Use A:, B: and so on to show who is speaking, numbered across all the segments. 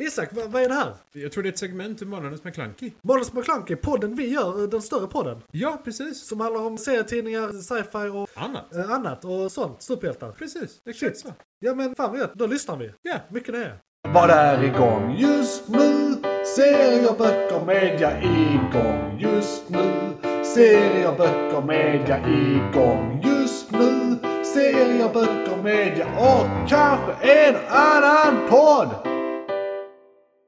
A: Isak, vad, vad är det här?
B: Jag tror det är ett segment ur Månadens McKlunky.
A: Månadens McKlunky, podden vi gör, eh, den större podden.
B: Ja, precis.
A: Som handlar om serietidningar, sci-fi och
B: Annat.
A: eh, annat och sånt. Superhjältar.
B: Precis, exakt
A: Shit.
B: så.
A: Ja men fan vad gött, då lyssnar vi.
B: Ja.
A: Mycket det är.
C: Vad är igång just nu? Serier, böcker, media igång just nu. Serier, böcker, media igång just nu. Serier, böcker, media och kanske en annan podd.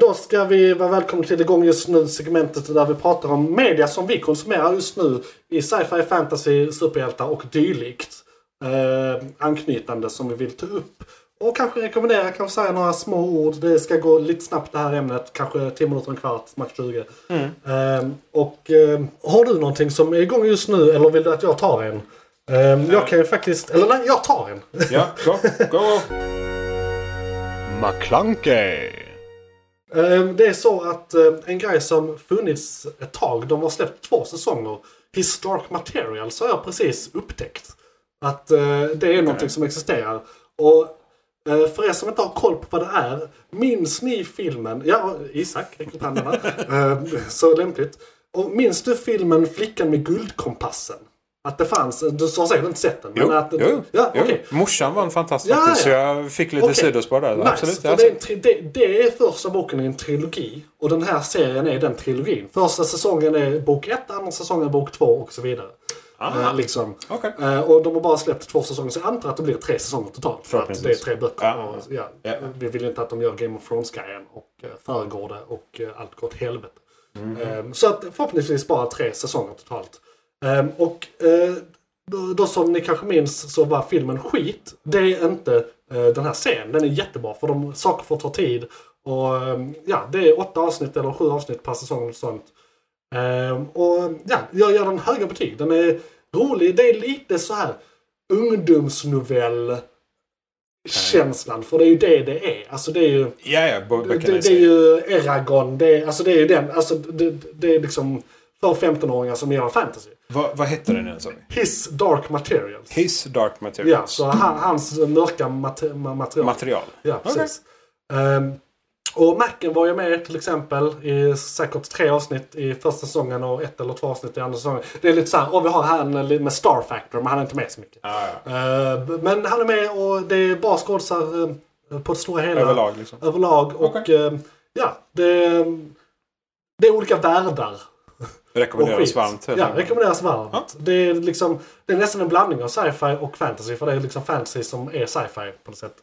A: Då ska vi vara välkomna till igång just nu segmentet där vi pratar om media som vi konsumerar just nu i sci-fi, fantasy, superhjältar och dylikt. Eh, anknytande som vi vill ta upp. Och kanske rekommendera, kanske säga några små ord. Det ska gå lite snabbt det här ämnet. Kanske 10 minuter, en kvart, max 20. Eh, och eh, har du någonting som är igång just nu eller vill du att jag tar en? Eh, jag kan ju faktiskt, eller nej, jag tar en.
B: Ja, go, go!
C: McClunkey.
A: Eh, Det är så att eh, en grej som funnits ett tag, de har släppt två säsonger. His Dark Materials har jag precis upptäckt. Att eh, det är någonting som existerar. Och eh, för er som inte har koll på vad det är, minns ni filmen, ja Isak räck upp handen här. Eh, så lämpligt. Och minns du filmen Flickan med guldkompassen? Att det fanns, du har säkert inte sett den.
D: Jo,
A: att,
D: jo,
A: ja,
D: jo.
A: okej.
D: Morsan vann fantastiskt
A: Ja,
D: faktiskt,
A: ja.
D: så jag fick lite
A: Okej.
D: sidospår där.
A: Nice,
D: Absolut.
A: för
D: jag har
A: det, är en
D: sett.
A: tri- det, det är första boken i en trilogi. Och den här serien är den trilogin. Första säsongen är bok ett, andra säsongen är bok två och så vidare. Eh, liksom.
D: Ah. Okej.
A: Eh, och de har bara släppt två säsonger så jag antar att det blir tre säsonger totalt. För att det är
D: Förhoppningsvis.
A: tre böcker.
D: Ja.
A: Och, ja,
D: Ja.
A: Vi vill inte att de gör Game of Thrones-grejen och eh, föregår det och eh, allt går åt helvete. Eh, så att förhoppningsvis bara tre säsonger totalt. Eh, och eh, då, då som ni kanske minns så var filmen skit. Det är inte eh, den här serien. Den är jättebra för de saker får ta tid. Och eh, ja, det är åtta avsnitt eller sju avsnitt per säsong och sånt. Ehm, och ja, jag ger den höga betyg. Den är rolig. Det är lite så här ungdomsnovell-känslan. För det är ju det det är. Alltså det är ju...
D: Ja, ja, bo-
A: Det,
D: böckerna i
A: det är
D: sig.
A: ju Eragon. Det är, alltså det är ju den. Alltså det, det är liksom för 15-åringar som gillar fantasy.
D: Vad, vad hette den igen sa vi?
A: His Dark Materials.
D: His Dark Materials.
A: Ja, så han, hans mörka mate, ma- material.
D: Material.
A: Ja, precis. Ehm, och Macken var ju med till exempel i säkert tre avsnitt i första säsongen och ett eller två avsnitt i andra säsongen. Det är lite såhär, åh vi har han med Star Factor men han är inte med så mycket. Ehm, men han är med och det är bra skådisar eh, på det stora hela.
D: Överlag liksom.
A: Överlag och ehm, ja, det, det är olika världar och
D: Rekommenderas
A: skit.
D: varmt. helt
A: Ja,
D: enkelt.
A: rekommenderas varmt. Det, är liksom, det är nästan en blandning av sci-fi och fantasy. För det är liksom fantasy som är sci-fi på något sätt.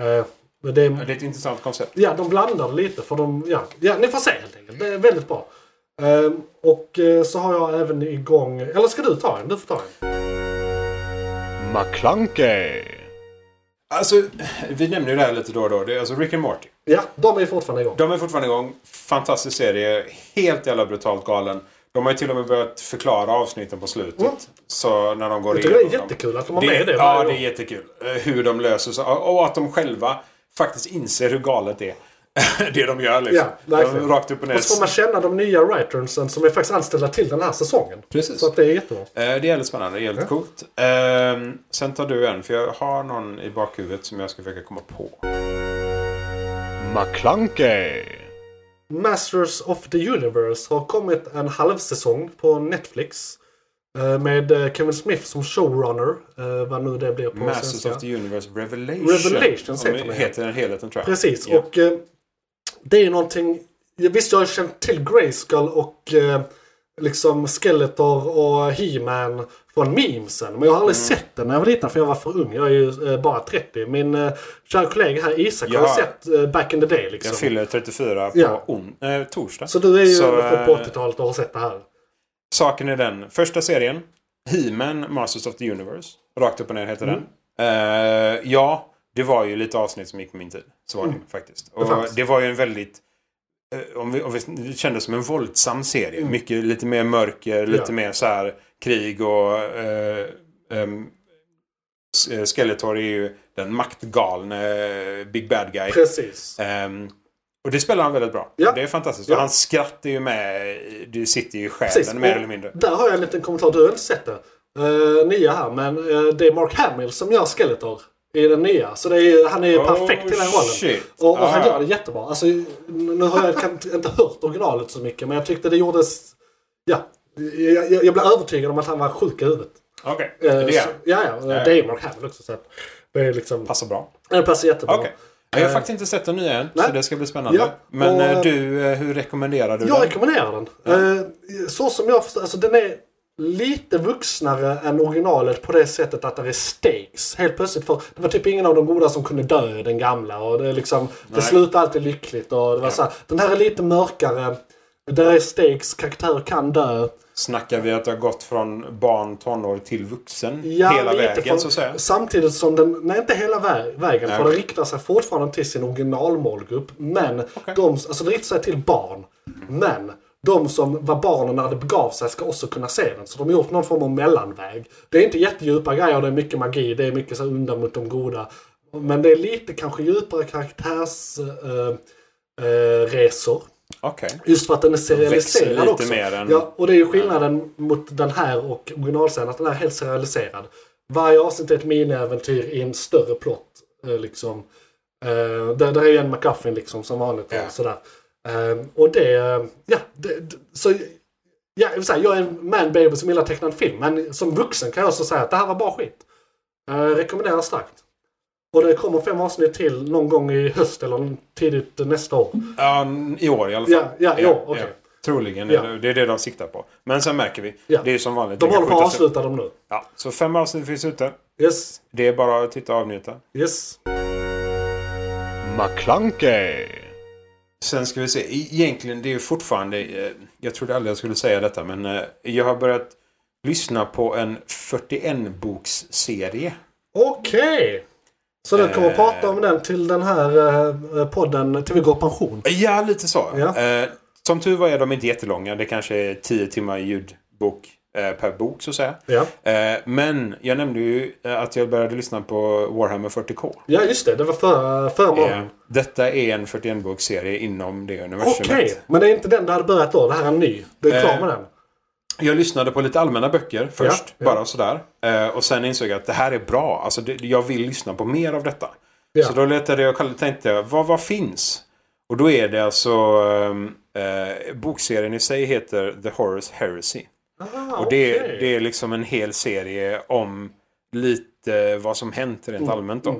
A: Eh, men det,
D: Det är ett intressant koncept.
A: ja, de blandar det lite. För de, ja, ja, ni får se helt enkelt. Det är väldigt bra. Eh, och eh, så har jag även igång... Eller ska du ta en? Du får ta en.
C: McClunkey.
D: Alltså, vi nämner ju det här lite då och då. Det är alltså Rick and Morty.
A: Ja, de är fortfarande igång.
D: De är fortfarande igång. Fantastisk serie. Helt jävla brutalt galen. De har ju till och med börjat förklara avsnitten på slutet.
A: Mm.
D: Så när de går
A: Jag tycker det är
D: igenom dem.
A: jättekul att de har
D: Det-
A: med det.
D: Ja,
A: varje
D: det
A: gång.
D: är jättekul. Eh, Hur de löser sig. Och att de själva faktiskt inser hur galet det är. det de gör liksom.
A: Ja, verkligen.
D: de, rakt upp och ner.
A: Och så får man känna de nya writersen som är faktiskt anställda till den här säsongen.
D: Precis.
A: Så att det är jättebra.
D: Eh, Det är lite spännande. Det är lite coolt. Ehm, sen tar du en. För jag har någon i bakhuvudet som jag ska försöka komma på.
C: McClunkey.
A: Masters of the Universe har kommit en halvsäsong på Netflix. eh, Med eh, Kevin Smith som showrunner. eh, Vad nu det blir på
D: Masters
A: svenska.
D: of the Universe Revelation.
A: Revelations
D: Om-
A: heter den.
D: heter den helheten tror jag.
A: Precis,
D: Ja.
A: och eh, det är någonting... ja, Visst, jag har känt till Grayskull och eh, liksom Skeletor och He-Man från memesen. Men jag har aldrig
D: Mm.
A: sett den när jag var liten för jag var för ung. Jag är ju eh, bara 30. Min eh, kära kollega här Isak
D: Ja.
A: har ju sett eh, Back in the Day liksom.
D: Jag fyller 34 på
A: Ja.
D: on- eh, torsdag.
A: Så du är ju
D: Så,
A: från på
D: eh,
A: 80-talet och har sett det här.
D: Saken är den. Första serien. He-Man, Masters of the Universe. Rakt upp och ner heter
A: Mm.
D: den. Eh, ja, det var ju lite avsnitt som gick på min tid. Så var det ju faktiskt. Och
A: Mm. fanns.
D: det, var ju en väldigt... eh, Om vi, om vi det kändes som en våldsam serie. Mycket, lite mer mörker, lite
A: Mm. Ja.
D: mer så här krig och... eh, ehm, S- eh, Skeletor är ju den maktgalne eh, Big Bad Guy.
A: Precis.
D: Ehm, och det spelar han väldigt bra.
A: Ja.
D: Det är fantastiskt.
A: Ja.
D: Och hans skratt är ju med. i- Det sitter ju i själen
A: Precis,
D: mer
A: och
D: eller mindre.
A: Där har jag eh, en liten kommentar. Du har inte sett det. Uh, nya här, men eh, det är Mark Hamill som gör Skeletor. i den nya. Så det är, ju- han är ju
D: Oh,
A: perfekt i den rollen.
D: shit.
A: Och, och han
D: Ah.
A: gör det jättebra. Alltså, nu har jag kan, inte hört originalet så mycket men jag tyckte det gjordes... Ja, jag, jag, jag blev övertygad om att han var sjuk i huvudet.
D: Okej,
A: Eh,
D: det
A: så-
D: är
A: ja, ja.
D: Ja.
A: Det är Mark Hamill också. Så att det är liksom...
D: Passar bra.
A: Det passar jättebra.
D: Okej. Jag har faktiskt inte sett den nya än,
A: Eh, Nej.
D: så det ska bli spännande.
A: Ja,
D: Men
A: och-
D: eh, du, eh, hur rekommenderar du
A: Jag
D: den?
A: rekommenderar den. Eh, Så som jag förstår, alltså den är lite vuxnare än originalet på det sättet att det är stakes. Helt plötsligt för det var typ ingen av de goda som kunde dö i den gamla och det, är liksom, det
D: Nej.
A: slutade alltid lyckligt. Och det var så här, den här är lite mörkare. Där är stakes, karaktärer kan dö.
D: Snackar vi att det har gått från barn, tonår till vuxen?
A: Ja,
D: hela
A: lite
D: vägen
A: från-
D: så att säga?
A: Samtidigt som den, nej inte hela vä- vägen,
D: Nej,
A: för den
D: okej.
A: riktar sig fortfarande till sin originalmålgrupp. Men de, alltså den riktar sig till barn. Men de som var barnen när det begav sig ska också kunna se den. Så de har gjort någon form av mellanväg. Det är inte jättedjupa grejer, det är mycket magi, det är mycket så här onda mot de goda. Men det är lite kanske djupare karaktärsresor. Eh, eh, resor.
D: Okej.
A: Just för att den är serialiserad
D: lite
A: också.
D: mer än-
A: ja, och det är ju skillnaden mot den här och originalserien, att den här är helt serialiserad. Varje avsnitt är ett miniäventyr i en större plott. eh, Liksom. Eh, där, där är ju en McGuffin liksom som vanligt.
D: Ja.
A: Och, sådär. Eh, och det... eh, Ja, det, det, så, ja, jag, vill säga, jag är en man-baby som gillar tecknad film, men som vuxen kan jag också säga att det här var bara skit. Eh, rekommenderar starkt. Och det kommer fem avsnitt till någon gång i höst eller tidigt nästa år.
D: Ja, i år i alla fall.
A: Ja, ja, i år, okej.
D: Troligen.
A: Ja.
D: Är det, det är det de siktar på. Men sen märker vi.
A: Ja.
D: Det är ju som vanligt.
A: De
D: det kan
A: håller på att
D: skjutas upp.
A: avsluta dem nu.
D: Ja, så fem avsnitt finns ute.
A: Yes,
D: Det är bara att titta och avnjuta.
A: yes.
C: McClunkey.
D: Sen ska vi se. E- Egentligen, det är ju fortfarande... eh, Jag trodde aldrig jag skulle säga detta, men eh, jag har börjat lyssna på en 41-boksserie.
A: Okej! Så du kommer
D: Eh.
A: prata om den till den här eh, podden till vi går i pension?
D: Ja, lite så.
A: Ja.
D: Eh, som tur var är de inte jättelånga. Det kanske är 10 timmar ljudbok eh, per bok, så att säga.
A: Ja.
D: Eh, men jag nämnde ju eh, att jag började lyssna på Warhammer 40K.
A: Ja, just det. Det var förra, förra
D: Eh,
A: morgonen.
D: detta är en 41-bokserie inom det universumet.
A: Okej, men det är inte den du hade börjat då. Det här är en ny. Du är klar
D: Eh.
A: med den.
D: Jag lyssnade på lite allmänna böcker först,
A: Ja, ja.
D: bara sådär. Eh, och sen insåg jag att det här är bra. Alltså, det, jag vill lyssna på mer av detta.
A: Ja.
D: Så då letade jag och kollade- tänkte jag, vad, vad finns? Och då är det alltså... ehm, Eh, bokserien i sig heter The Horus Heresy.
A: Ah,
D: Och det,
A: okej.
D: det är liksom en hel serie om lite vad som hänt rent
A: Mm.
D: allmänt. Då.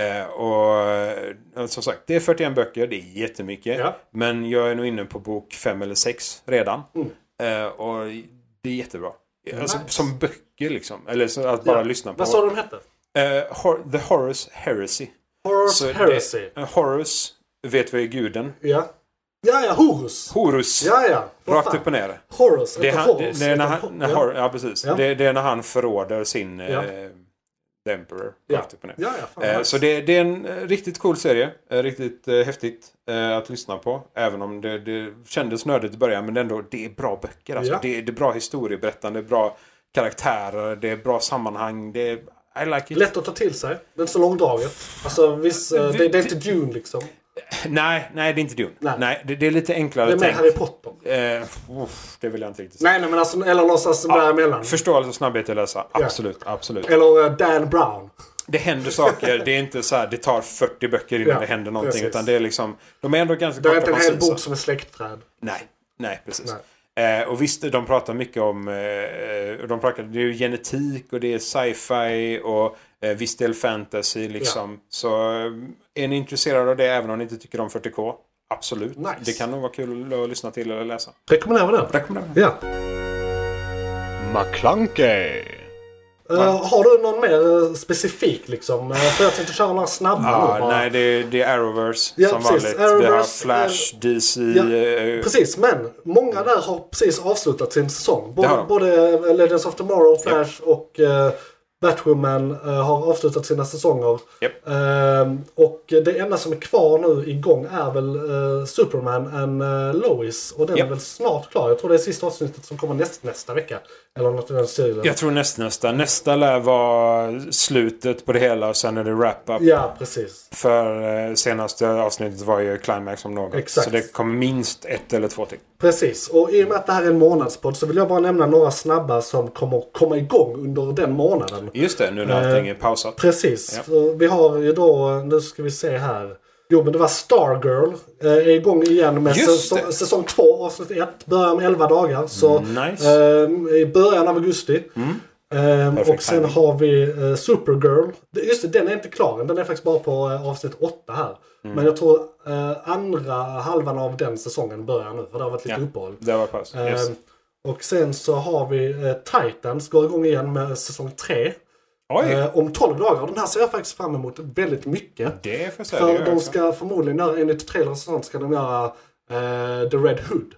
D: Eh, och eh, som sagt, det är 41 böcker, det är jättemycket.
A: Ja.
D: Men jag är nog inne på bok 5 eller 6 redan. Eh, och det är jättebra. Alltså,
A: Mm. Nice.
D: Som böcker liksom. Eller så att bara
A: Ja.
D: lyssna på.
A: Vad sa du de hette?
D: Eh, Hor- The Horus Heresy.
A: Horus
D: Så det-
A: Heresy.
D: eh, Horus vet vi är guden.
A: Ja. Ja, ja. Horus.
D: Horus.
A: Ja, ja. Vad
D: Rakt
A: fan.
D: upp och ner.
A: Horus.
D: Det är,
A: inte
D: han,
A: Horus,
D: det, det är när
A: utan
D: han,
A: Hor-
D: när
A: ja.
D: Hor- ja, precis.
A: Ja.
D: Det, det är när han förråder sin
A: Ja.
D: eh, The Emperor.
A: Ja.
D: rakt upp och ner.
A: Ja, ja. Fan,
D: Eh,
A: nice.
D: så det, det är en eh, riktigt cool serie. Eh, riktigt eh, häftigt eh, att lyssna på. Även om det, det kändes nödigt i början. Men ändå, det är bra böcker. Alltså.
A: Ja.
D: Det, det är bra historieberättande, bra karaktärer, det är bra sammanhang. Det är, I like it.
A: Lätt att ta till sig. Det är inte så långdraget. Alltså, viss, eh, det, det är inte Dune liksom.
D: Nej, nej, det är inte Dune.
A: Nej.
D: Nej. det, det är lite enklare
A: Det är mer
D: tänkt.
A: Harry Potter.
D: Eh, uff, det vill jag inte riktigt säga.
A: Nej, nej, men alltså, eller någonstans däremellan.
D: Förståelse och snabbhet att läsa. Absolut, absolut.
A: Eller eh, Dan Brown.
D: Det händer saker. Det är inte så här, det tar 40 böcker innan
A: Ja,
D: det händer någonting.
A: precis.
D: Utan det är liksom, de är ändå ganska
A: Det är
D: korta
A: inte en hel
D: koncisa.
A: bok som är släktträd.
D: Nej, nej precis. Eh, och visst, de pratar mycket om... Eh, de pratar, det är ju genetik och det är sci-fi och eh, viss del fantasy. Liksom. Så eh, är ni intresserade av det, även om ni inte tycker om 40K, absolut.
A: Nice.
D: Det kan nog vara kul att lyssna till eller läsa.
A: Rekommenderar den.
D: Rekommenderar.
A: Ja.
C: McClunkey.
A: Eh, har du någon mer eh, specifik liksom? Eh, för jag tänkte köra några snabba
D: Ja,
A: nu bara.
D: Ah, nej, det är, det är Arrowverse
A: Ja,
D: som
A: precis.
D: vanligt. vi har
A: Arrowverse,
D: Flash, DC...
A: Ja,
D: eh,
A: Precis, men många där har precis avslutat sin säsong.
D: Mm. Det har
A: Både,
D: de.
A: både eh, Legends of Tomorrow, Flash och eh, Batwoman eh, har avslutat sina säsonger.
D: Japp.
A: Eh, och det enda som är kvar nu igång är väl eh, Superman and eh, Lois. Och den är
D: Japp.
A: väl snart klar. Jag tror det är sista avsnittet som kommer näst, nästa vecka. Eller något i den stilen.
D: Jag tror näst, nästa. Nästa lär vara slutet på det hela och sen är det wrap-up.
A: Ja, precis.
D: För eh, senaste avsnittet var ju Climax om något.
A: Exakt.
D: Så det kommer minst ett eller två till.
A: Precis, och i och med att det här är en månadspodd så vill jag bara nämna några snabba som kommer komma igång under den månaden.
D: Just det, nu när
A: Eh,
D: allting är pausat.
A: Precis,
D: Ja.
A: för vi har ju då, nu ska vi se här. Jo men det var Stargirl, eh, är igång igen med
D: Just
A: säsong,
D: det.
A: säsong 2 avsnitt 1. Börjar om 11 dagar. Så
D: Nice.
A: ehm, i början av augusti. Ehm,
D: Perfekt
A: och sen
D: timing.
A: har vi eh, Supergirl. Det- Just det, den är inte klar än. Den är faktiskt bara på eh, avsnitt 8 här.
D: Mm.
A: Men jag tror eh, andra halvan av den säsongen börjar nu. För det har varit lite
D: Ja.
A: uppehåll.
D: Det var paus. Yes.
A: Ehm, och sen så har vi eh, Titans, går igång igen med säsong 3.
D: Oj,
A: Eh, om 12 dagar. Och Den här ser jag faktiskt fram emot väldigt mycket.
D: det får jag säga.
A: För
D: det gör jag alltså.
A: de
D: också.
A: ska förmodligen göra, enligt trailern och sånt, ska de göra eh, The Red Hood.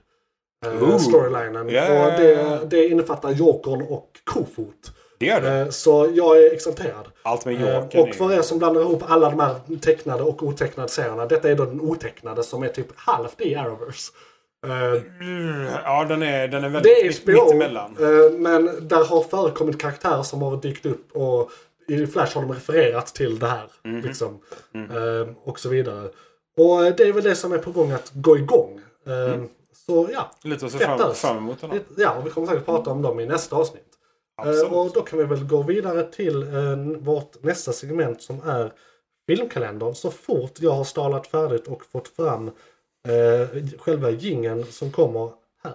A: Eh,
D: Ooh.
A: Storylinen.
D: Ja, ja,
A: Och
D: ja,
A: det,
D: ja.
A: det innefattar Jokern och Kofot.
D: Det gör det.
A: Eh, så jag är exalterad.
D: Allt med
A: Eh,
D: Yorken.
A: och för er som blandar ihop alla de här tecknade och otecknade serierna. Detta är då den otecknade som är typ halvt i Arrowverse. Eh,
D: Mm, Ja, den är, den är
A: det är
D: väldigt mitt-
A: HBO.
D: mittemellan.
A: eh, Men där har förekommit karaktärer som har dykt upp och i Flash har de refererat till det här.
D: Mhm.
A: Liksom, eh, och så vidare. Och eh, det är väl det som är på gång att gå igång. Eh, Så ja.
D: Lite att se
A: Fett
D: Mm. fram,
A: alltså.
D: fram emot den. här.
A: Det- Ja, och vi kommer säkert prata om dem i nästa avsnitt. Eh,
D: Absolut.
A: Och då kan vi väl gå vidare till eh, vårt nästa segment som är filmkalendern. Så fort jag har stalat färdigt och fått fram eh, själva gingen som kommer här.